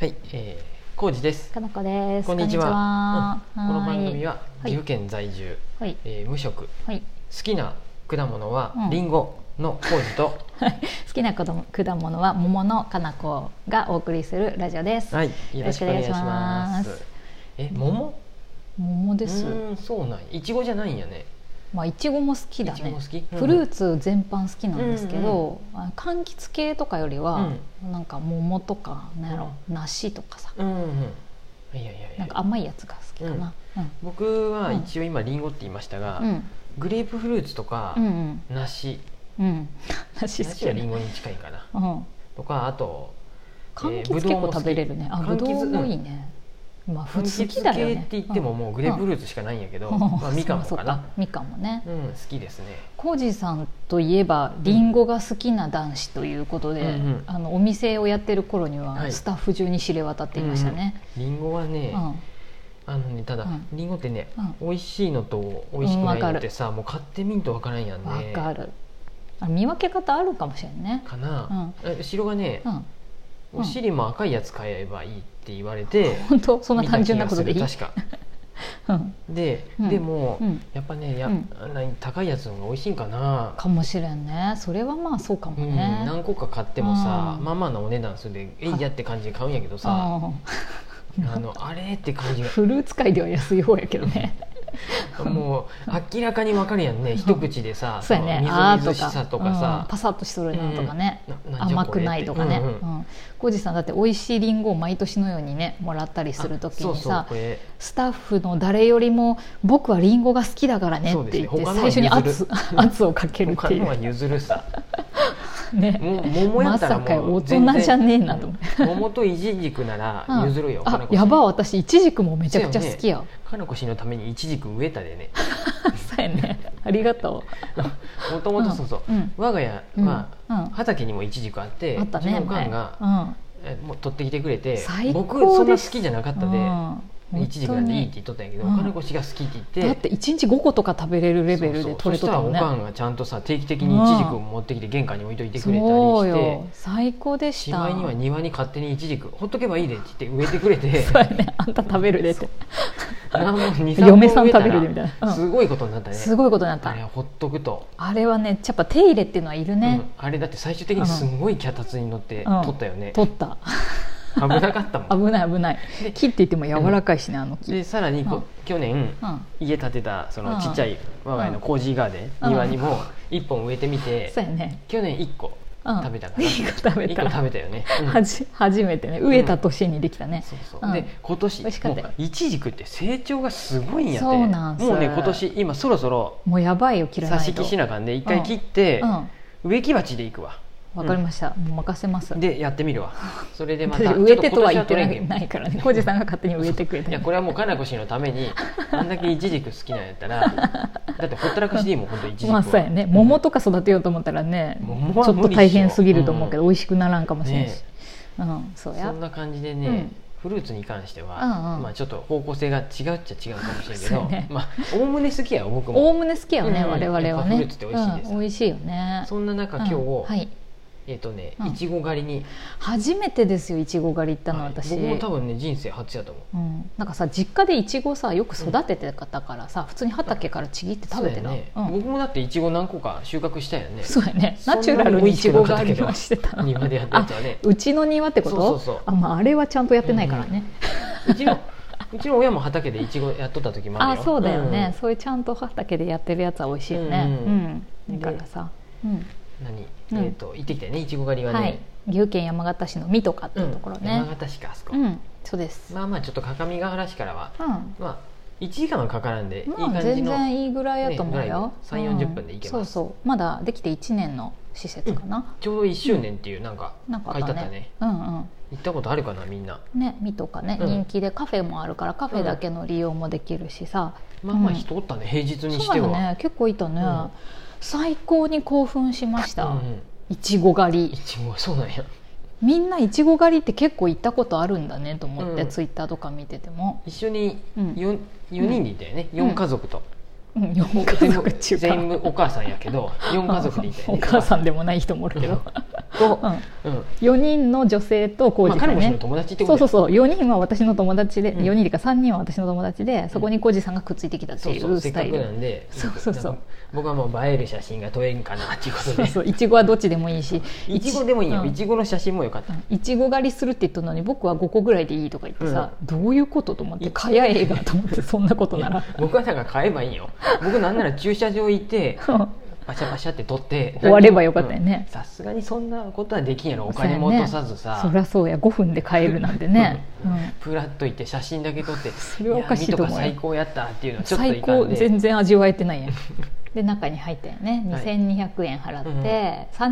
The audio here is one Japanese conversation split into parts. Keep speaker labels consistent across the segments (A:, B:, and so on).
A: はい、えー、浩二です。
B: かなこです。
A: こんにちは。
B: こ
A: うんこの番組
B: は
A: は
B: ー
A: 岐
B: い
A: 阜県在住、
B: ーい。はい。
A: えー無職、好
B: はい。
A: きな果物は
B: うん
A: リンゴの浩二 と、
B: 好きな果物果物は桃のかなこがお送りするラジオです。
A: はい、よろしくお願いしま
B: よろしくお願いします
A: す。え、桃？
B: 桃です
A: う。ーん、そうなんや。いちごじゃないんやね。
B: まあいちごも好きだ
A: いちご
B: ね
A: も好。き？
B: フルーツ全般好きなんですけど、あの柑橘系とかよりは、なんか桃とかなんやろ、梨とかさ、
A: うんうん。いやいやいや。
B: なんか甘いやつが好きかな。
A: 僕は
B: うん
A: 一応今リンゴって言いましたが、
B: うん。うん。
A: グレープフルーツとか、
B: うんうん。
A: 梨、
B: うん。 梨好き
A: 梨は
B: や
A: リンゴ
B: ね。
A: に近いかな。
B: うん。
A: とかあと
B: 柑
A: えーぶ
B: 橘
A: どう
B: 結
A: も
B: 構
A: 好き
B: 食べれるねあ
A: 柑
B: ぶど
A: 橘
B: うもいいねまあ普通好きだよ
A: 柑橘
B: ね
A: 系って言ってももうグレープフルーツしかないんやけど、
B: う ん
A: まあ、みかんも
B: そう
A: か
B: そう
A: な
B: みかんもね
A: うん好きですね
B: コージーさんといえばリンゴが好きな男子ということで、
A: うんうん
B: あのお店をやってる頃に
A: は
B: はいスタッフ中に知れ渡っていましたね、
A: りんごは
B: う
A: ね、
B: ん
A: あのねただ、
B: うん
A: りんごってね、美
B: う
A: 味しいのと美味しくないのってさ、もう買ってみんとわからんやん
B: わ
A: ね
B: かるあ見分け方あるかもしれんね、
A: かな、え後ろがね
B: う、ん、うん
A: お尻も赤いやつ買えばいいって言われて、
B: 本当そんな単純なことでいい
A: 見た気がする確か
B: うん
A: で、
B: うん
A: でも、
B: うん
A: やっぱねや、
B: うん
A: 何高いやつの方が美味しいんかな
B: かもしれんねそれはまあそうかも
A: うん、
B: ね、
A: 何個か買ってもさ、
B: うん
A: まあまあなお値段するでえいやって感じで買うんやけどさ、
B: う
A: あのあれって感じ
B: ん、
A: が
B: フルーツ界では安い方やけどね
A: もう明らかにわかるやんね一口でさ
B: そうやね、
A: その
B: あ
A: みずみずしさとか
B: うん
A: さ
B: パ、サッとしとるなとかね、
A: ななんじゃ
B: 甘
A: こ
B: く
A: れって
B: ないとかね
A: うんうん
B: うん浩司さんだって美味しいりんごを毎年のようにねもらったりする時
A: あそう
B: に
A: そう
B: さ
A: これ
B: スタッフの誰よりも「僕はりんごが好きだからね」
A: そう
B: っ
A: で
B: て
A: すね
B: 言って
A: 他のは
B: 最初に
A: 譲
B: 圧
A: る
B: 圧をかけるっ
A: 他
B: てい
A: のは
B: う
A: 譲るさ
B: ね
A: もう桃やったら
B: まさか
A: もう
B: 大人じゃねえなと思っ
A: 全然うん桃とイチジクなら譲るよ、
B: うん
A: かな
B: あ
A: こ氏
B: やば私いちじくもめちゃくちゃ好きや
A: かなこ氏のためにイチジク植えたでね
B: そうやねありがと
A: もと
B: う
A: もとそうそう、
B: うん
A: 我が家
B: うん
A: は
B: うん
A: 畑にもイチジクあって、
B: あった
A: うちの
B: ね
A: おかんが、
B: 前
A: えもう取ってきてくれて
B: 最高
A: 僕そんな
B: です
A: 好きじゃなかった
B: うん
A: で、
B: うん
A: 一時間でいいって言っとったんやけど、
B: うん
A: お金越しが好きって言って
B: だって1日5個とか食べれるレベル
A: そう
B: で
A: そう
B: 取れとったもん
A: そ
B: ね
A: したらおかんがちゃんとさ定期的にイチジクを持ってきて玄関に置いといてくれたり
B: そう
A: して
B: よ最高で
A: し
B: した
A: まいには庭に勝手にイチジクほっとけばいいでって言って植えてくれて
B: そうやねあんた食べるでって
A: なんも2 3
B: 嫁さん食べるでみたいなうん
A: すごいことになったね
B: すごいことになっ
A: あれ
B: た
A: ほっとくと、
B: あれはねやっぱ手入れっていうのはいるね
A: うんあれだって最終的にすごい脚立に乗って
B: うん
A: 取ったよね、
B: 取った
A: 危なかったもん
B: 危ない危ない
A: で
B: 木って言っても柔らかいしねあの木うん
A: でさらにこ、去年家建てたそのちっちゃい我が家の工事ガーデン、
B: うん
A: 庭にも1本植えてみて、
B: そうやね
A: 去年1個
B: うん
A: 食べ たかな、
B: いい子食べ
A: 一個
B: た
A: 食べたよね、うん
B: はじ初めてね植えた年にできたね
A: そうそう、
B: うん
A: で今年
B: 美味しかったよ
A: もういちじくって成長がすごいんやって
B: そうなんす
A: もうね今年今そろそろ
B: もうやばいよ切ら
A: 挿
B: ない
A: し
B: と
A: 木し
B: な
A: なあかんで一回切って、植木鉢でいくわ
B: わかりましたもう任せます
A: でやってみるわそれでま
B: 私
A: た
B: 植えてとは言って
A: ちょっと今年は取れんけ
B: なんいからね浩司さんが勝手に植えてくれた
A: いやこれはもうかなこ氏のためにあんだけいちじく好きなんやった らだってほったらかしでいいもん本当いちじく
B: ま
A: は
B: あそうやね桃とか育てようと思ったらね
A: 桃は
B: ちょっと
A: 無理っしょ
B: 大変すぎると思うけど、美味しくならんかもしれんし、
A: ね
B: うんそう
A: そ
B: や
A: んな感じでね、
B: うん
A: フルーツに関しては、
B: うんうん
A: まあ、ちょっと方向性が違うっちゃ違うかもしれんけ
B: そ
A: ど
B: うね
A: まあおおむね好きやよ僕
B: おお
A: も
B: むね好きやね、
A: うん
B: 我々
A: やっ
B: は
A: ぱフル
B: ね
A: ーツって美味しいです
B: うん、美味しいよね
A: そんな中
B: う
A: 今
B: ん
A: 日、
B: はい、
A: えっ、とね
B: うん
A: いちご狩りに
B: 初めてですよいちご狩り行ったの
A: はい
B: 私、
A: 僕も多分ね人生初やと思う
B: うん、なんかさ実家でいちごさよく育ててたからさ、普通に畑からちぎって食べ
A: そ
B: て
A: う
B: な
A: やね
B: うん
A: 僕もだっていちご何個か収穫したよね
B: そうやね
A: そん
B: ナ
A: なに
B: チュラルにいちご狩りはしてたな
A: 庭でやったやつはね
B: うちの庭ってこと
A: そうそうそう
B: あ,、まあ、あれはちゃんとやってないからね、
A: うちのうちの親も畑でいちごやっとった時もあ
B: あ
A: るよ
B: そうだよ
A: う
B: ね、
A: ん
B: そういうちゃんと畑でやってるやつは美味しいよね
A: う
B: うんん、
A: うん
B: だからさ、うん
A: 何、
B: うん
A: えっ、と行ってきたよねいちご狩りはね、
B: はい岐阜県山形市の水戸かって
A: う
B: い
A: ん
B: うところ
A: 山
B: ね
A: 形市かあそこ、
B: うん、そうです、
A: まあまあちょっと各務原市からは
B: うん
A: まあ1時間はかからんで、いい
B: まあ
A: 感じ
B: 全
A: の
B: 然いいぐらいやと思うよ、
A: ねぐらいで3 40分で行けます
B: うんそうそうまだできて1年の施設かな、
A: ちょうど1周年っていうなんか
B: なん
A: 書
B: かあ
A: い
B: って
A: あ
B: た
A: ったね
B: ねうんうん
A: 行ったことあるかなみんな
B: ね水戸かね、
A: うん
B: 人気でカフェもあるからカフェだけの利用もできるしさ、
A: まあまあ
B: うん
A: 人おったね、平日にし
B: そう
A: て
B: よ
A: は、
B: ね結構いたね、
A: うん
B: 最高に興奮しまし
A: う
B: た、
A: んうん
B: いちご狩り
A: いちごはそうなんや
B: みんないちご狩りって結構行ったことあるんだねと思って、
A: うん
B: ツイッターとか見てても
A: 一緒に
B: うん
A: 4, 四人でいたよね、
B: ん
A: 四4家族と、
B: うん、4家族っていうか
A: 全部お母さんやけど4家族でいたよ
B: お
A: ね
B: 母さんでもない人もおるけど、
A: と、
B: う
A: うん
B: ん、4人の女性と浩
A: まあ、
B: 二さ
A: 彼
B: ん
A: もその
B: ね、
A: 友達ってこ
B: そ
A: と
B: うそう
A: だよ
B: そう4人は私の友達で、
A: うん
B: 4人っていうか3人は私の友達でそこに浩二さんがくっついてきたってい
A: そうそう
B: う
A: せっ
B: スタ
A: か
B: イ
A: く
B: ル、
A: なんで
B: そうそうそ
A: な
B: う
A: んか僕はもう映える写真が撮れんかなっていうこと
B: そう
A: で
B: そういちごはどっちでもいいし
A: いちごでもいいよ、
B: うん
A: いちごの写真もよかった、
B: いちご狩りするって言ったのに僕は5個ぐらいでいいとか言ってさ、どういうことと思って
A: い
B: かや映画と思ってそんなことなら
A: 僕はだから買えばいいよ僕なんなら駐車場行 ってパシャパシャって撮って
B: 終わればよかったよね
A: うんさすがにそんなことはできんやろお金も落とさず
B: そ
A: さ、
B: りゃそうや5分で買えるなん てね、うん
A: プラッと行って写真だけ撮ってそ
B: れはおかしいと思うよ
A: 最高やったっていうのはちょっとい
B: 最
A: か
B: 高
A: んで
B: 全然味わえてな いやんで中に入ったよね
A: はい
B: 2200円払って、
A: うんう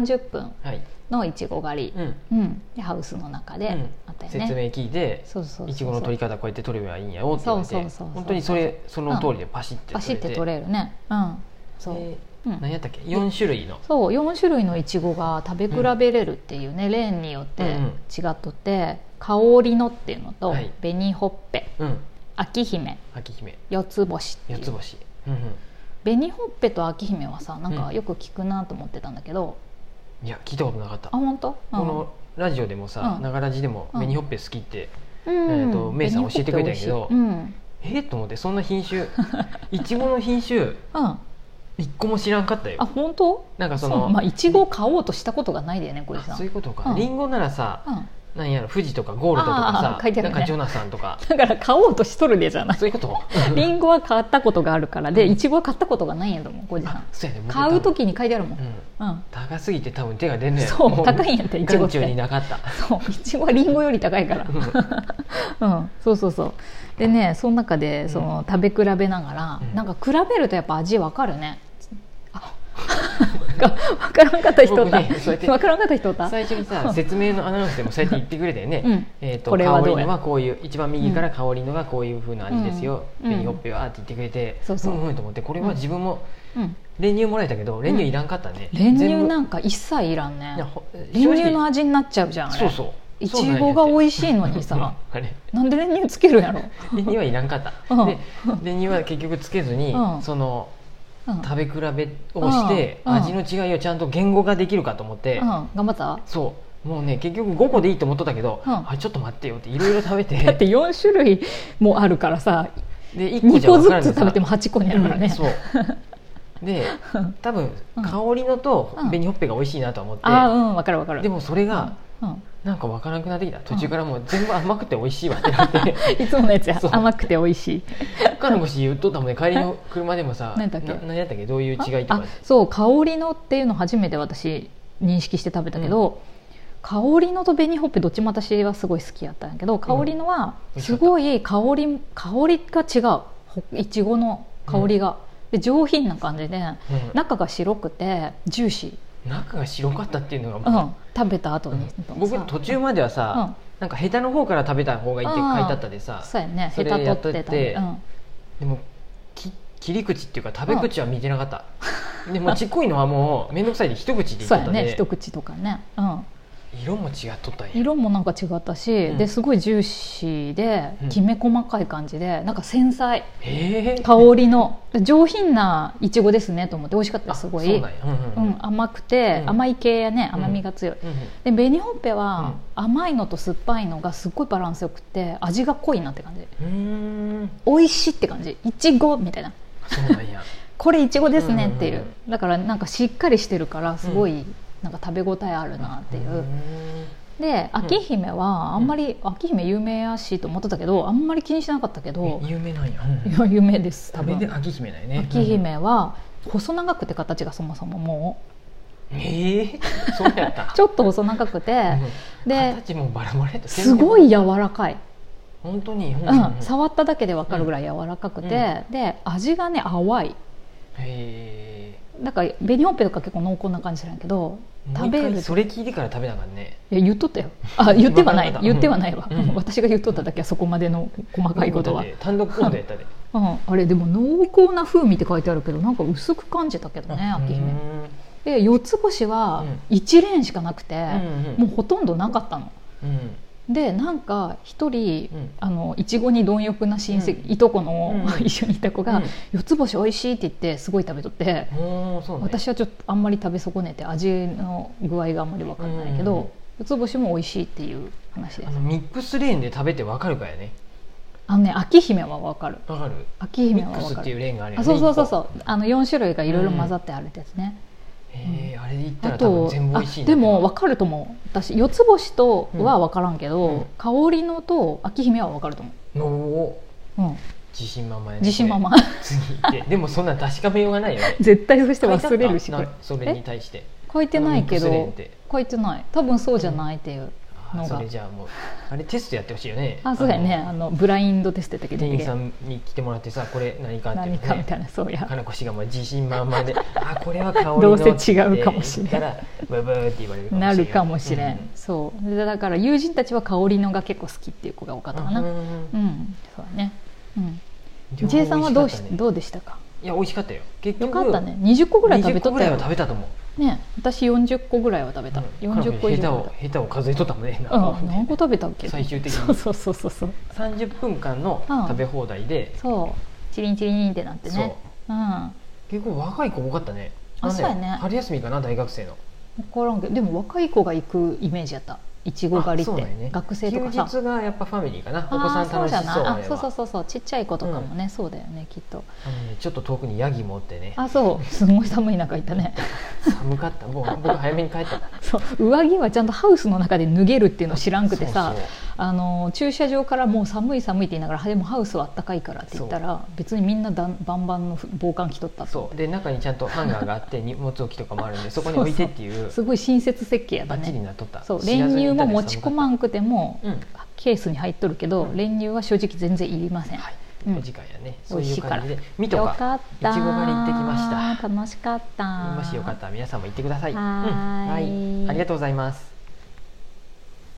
A: ん
B: 30分
A: はい、
B: のいちご狩り
A: う、ん
B: うんでハウスの中で
A: うん
B: あったよ
A: 説明
B: ね、
A: 聞いて
B: そうそうそうそう
A: いちごの取り方こうやって取ればいいんやよって言われ
B: そうそう
A: て
B: そうそう
A: 本当にそれその通りでパシッて
B: パシ
A: 取れ
B: ッ
A: て,
B: て
A: で、
B: 取れるねうんそう、うん
A: 何やったっけ4種類の
B: そう4種類のいちごが食べ比べれるっていうね、レーンによって違っとって、香りのっていうのと、
A: はい
B: 紅ほっぺ
A: うん
B: 秋姫
A: 秋姫
B: 四つ星ってい
A: 四
B: う
A: つ星うんうん
B: 紅ほっぺと秋姫はさなん
A: う
B: か
A: ん
B: よく聞くなと思ってたんだけど、
A: いや聞いたことなかった
B: あ本当、うん
A: このラジオでもさ
B: うん
A: ながらじでも
B: うん
A: 紅ほっぺ好きって
B: うん
A: えーとメイさん教えてくれたんやけど
B: 紅ほっぺ美味しい
A: えっと思ってそんな品種 いちごの品種
B: うん、うん、
A: 一個も知らんかった
B: あ
A: よ
B: 本当
A: なんか
B: そ
A: そうの
B: まあいちごを買おうとしたことがないだよねこれさ
A: あそうんいうことか
B: うん
A: りんごならさ
B: うん
A: なんやろ富士とかゴールドと
B: あ
A: か
B: ー書
A: さ
B: いてあ
A: な
B: る
A: ん
B: ね
A: かジョナサンとか
B: だから買おうとしとるでじゃない
A: そういうこと
B: リンゴは買ったことがあるからで
A: うん
B: いちごは買ったことがないんやと思う浩二さ
A: あ
B: ん
A: そうやね僕多分
B: 買う時に書いてあるもん、
A: うん
B: うん、
A: 高すぎて多分手が出んのや
B: そう高いん
A: ん
B: やったいち
A: 眼
B: ごって
A: 中になかった
B: そういちごはりんごより高いから
A: うん
B: うん、そうそうそうでねその中でその食べ比べながら、
A: うん
B: なんか比べるとやっぱ味わかるねあわからんかった人おった、
A: 僕ねそうやって
B: わからんかった人おった
A: 最初にさ説明のアナウンスでもそうやって言ってくれたよね、
B: うん
A: えー、と
B: これはどうや
A: 香りのはこういう一番右から香りのがこういうふうな味ですよ、
B: うん
A: 紅ほっぺはって言ってくれて、
B: そうそうん
A: うんと思ってこれは自分も
B: うん、
A: 練乳もらえたけど練乳いらんかったね、
B: 練乳
A: 全部
B: なんか一切いらんね
A: いやほ
B: 練乳の
A: 正
B: 味になっちゃうじゃんあれ
A: 直そうそう
B: いちごが
A: い
B: 美味しいのにさ
A: あれ
B: なんで練乳つけるんやろ、
A: 練乳はいらんかった、
B: うん
A: で練乳は結局つけずに、
B: うん
A: その
B: うん
A: 食べ比べをして、
B: うん
A: 味の違いをちゃんと言語化できるかと思って、
B: うん、頑張った
A: そうもうね結局5個でいいと思っとったけど、
B: うん
A: あちょっと待ってよっていろいろ食べて
B: だ って4種類もあるからさ
A: で1個じ
B: 2
A: ゃ
B: 個
A: 分
B: ず
A: からんで
B: つ
A: さ
B: 食べても8個になるから
A: うん
B: ね、
A: そうで多分
B: うん
A: 香りのと
B: うん
A: 紅ほっぺが美味しいなとは思って、
B: ああうんわかるわかる
A: でもそれが
B: うん
A: なんか分からなくなってきた途中からもう全部甘くて美味しいわってなって
B: いつものやつや
A: そう
B: 甘くて美味しい
A: 他の星言っとったもんね帰りの車でもさ
B: 何だっけ
A: な何やったっけどういう違いと
B: あ
A: か
B: そう香りのっていうの初めて私認識して食べたけど、香りのと紅ほっぺどっちも私はすごい好きやったんやけど香りのは
A: 美味し
B: す
A: かった
B: ごい香り香りが違うほいちごの香りが、で上品な感じで
A: うん
B: 中が白くてジューシ
A: 中が白かったっていうの
B: ー、う
A: が
B: ん、食べた後に、
A: 僕僕途中までは
B: う
A: さ
B: ん
A: なんか下手の方から食べた方がいいって書いてあったでさ
B: そうやね
A: それ
B: 下手
A: や
B: 取
A: っと
B: っ
A: って
B: てたね、うん、
A: でもき切り口っていうか食べ口は見てなかった、でもちっこいのは もう面倒くさいで一口でいっ
B: そ
A: と
B: う
A: っ
B: や
A: た
B: ね
A: で
B: 一口とかね、うん、
A: 色も違っとったんや
B: 色もなんか違ったし、
A: うん
B: ですごいジューシーで
A: うん
B: きめ細かい感じで、なんか繊細
A: へえ
B: 香りの上品ないちごですねと思って美味しかったすご
A: そう
B: い
A: なんやうん
B: う
A: うんうん
B: ん、甘くて、
A: うん
B: 甘い系やね
A: うん
B: 甘みが強い、
A: うん
B: で紅ほっぺは、甘いのと酸っぱいのがすっごいバランスよくて味が濃いなって感じ
A: うんうーん
B: 美味しいって感じいちごみたいな
A: そうなんや
B: これいちごですねっていう、
A: うんうん
B: だからなんかしっかりしてるからすごい、なんか食べ応えあるなっていう、
A: ん
B: で
A: ん
B: 秋姫はあんまり、秋姫有名やしと思ってたけどあんまり気にしてなかったけど、
A: え有名なんやうん
B: いや 有名です多
A: 食べ
B: 分
A: で秋姫だよね
B: 秋姫は細長くて形がそもそもも
A: うんへえそうやった
B: う ちょっと細長くて
A: うん
B: で
A: 形もばらまれた
B: すごい柔らかい、
A: 本当にうんう
B: うん
A: うん
B: ん、触っただけで分かるぐらい柔らかくて、で味がね淡い
A: へえ
B: だから紅ほっぺとか結構濃厚な感じなんやけど食べ
A: もう一
B: る
A: 回それ聞いてから食べなあかんね
B: いや言っとったよあ言ってはない
A: わからなかった
B: 言ってはないわ、
A: うん
B: 私が言っとっただけはそこまでの細かいことは
A: だって単独行動やったで
B: うん、あれでも濃厚な風味って書いてあるけどなんか薄く感じたけどね秋
A: う
B: 姫
A: ん
B: で四つ星は
A: うん
B: 1レーンしかなくて、
A: うんうん
B: もうほとんどなかったの
A: うん
B: でなんか一人、
A: うん
B: あのいちごに貪欲な親戚、
A: うん
B: いとこの、
A: うん
B: 一緒にいた子が「四つ星おいしい」って言ってすごい食べとって、
A: うん、おーそうね
B: 私はちょっとあんまり食べ損ねて味の具合があんまり分かんないけど、
A: うん
B: 四つ星も美味しいっていう話で
A: あ
B: す
A: のミックスレーンで食べてわかるかやね
B: あのね秋姫は分かる
A: わかる
B: 秋
A: ミ
B: 姫
A: ッ
B: は
A: ク
B: 分
A: ス
B: か
A: っていう
B: る
A: レーンがあるよ
B: あ
A: ね
B: そうそうそう
A: う
B: そうあの4種類がいろいろ混ざってあるやつね、
A: えー、あれでいった
B: あ
A: ら多分
B: と
A: 全部美味しい
B: あ
A: んだけ
B: で
A: ど
B: も分かると思う私四つ星とは分からんけど、
A: うんうん
B: 香りのと秋姫は分かると思
A: のお
B: う、うん、
A: 自信満々やね
B: 自信満々
A: 次行ってでもそんなん確かめようがないよね
B: 絶対そして
A: 書いてあった
B: 忘れるしこ
A: な
B: れ
A: それに対して
B: 書いてないけ
A: あのミックスレーンっ
B: ど
A: て
B: 書いてない多分そうじゃないっていう、
A: あ
B: の
A: ー
B: が
A: それじゃあもうあれテストやってほしいよね
B: あそうやね
A: の
B: あのブラインドテストやったけど
A: 店員さんに来てもらってさこれ何かって言
B: 何
A: って
B: かみ
A: ね
B: たいなそ うや
A: かなこ氏がもう自信満 々で「あこれは香りの」
B: どうせ違うかもしれん
A: って言ったらブブーって言われる
B: なるかもしれん、
A: う
B: そうでだから友人たちは香りのが結構好きっていう子が多かったかな
A: う
B: うん、
A: ん
B: そうだねうん
A: 両方
B: J さんはど
A: 美
B: う
A: 味
B: し
A: かったね
B: どうでしたか
A: いや美味しかったよ結
B: よ
A: 局
B: かったね20個ぐらい食べと
A: 20個
B: っ
A: ぐ
B: た
A: らい
B: よ
A: は食べたと思う
B: ね私40個ぐらいは食べた、
A: うん
B: 40個以
A: 彼
B: 上
A: 女
B: 食
A: 下手を下手を数えとったもんね
B: べたうん何個食べたっけ
A: 最終的に
B: そうそうそうそうそう
A: 30分間の
B: うん
A: 食べ放題で、
B: そうチリンチリンってなって
A: そう
B: ねうん
A: 結構若い子多かったね
B: あ
A: なんだ
B: そ
A: よ
B: うやね
A: 春休みかな大学生の
B: 分からんけどでも若い子が行くイメージやったいちご狩りっ
A: あそ
B: て、
A: うなんやね
B: 学生とかさ
A: 休日がやっぱファミリーかなお子
B: あ
A: さ
B: あ
A: ん
B: ーそ
A: 楽
B: う
A: し
B: じ
A: そ
B: ゃ
A: う
B: ない
A: あ
B: あ
A: れ
B: そうそう
A: は
B: そうそうちっちゃい子とかもね、そうだよねきっと
A: あのねちょっと遠くにヤギもおってね
B: あそうすごい寒い中行った ね
A: 寒かったもう僕早めに帰った
B: そう上着はちゃんとハウスの中で脱げるっていう の知らんくて
A: そ
B: さ
A: うそう
B: あの駐車場からもう寒い寒いって言いながらでもハウスはあったかいからって言ったら別にみんなだんバンバンの防寒着とったと
A: そうで中にちゃんとハンガーがあって荷物置きとかもあるんでそこに置いてっていう
B: すごい親切設計やった
A: バッチリ
B: ね
A: なっとった
B: そう
A: 知ら
B: 練
A: ずに
B: 乳
A: いた
B: も
A: で
B: 持ち込まんくても
A: 寒かった
B: ケースに入っとるけど、
A: うん
B: 練乳は正直全然いりません、
A: うんはい、
B: うん
A: お時間やね
B: 美
A: そう
B: 味
A: い
B: しいうから
A: 感じで見と
B: よ
A: か
B: かった
A: いちご狩り行ってきました
B: 楽しかった
A: もしよかったら皆さんも行ってください
B: は
A: う
B: ーい
A: んはい、ありがとうございます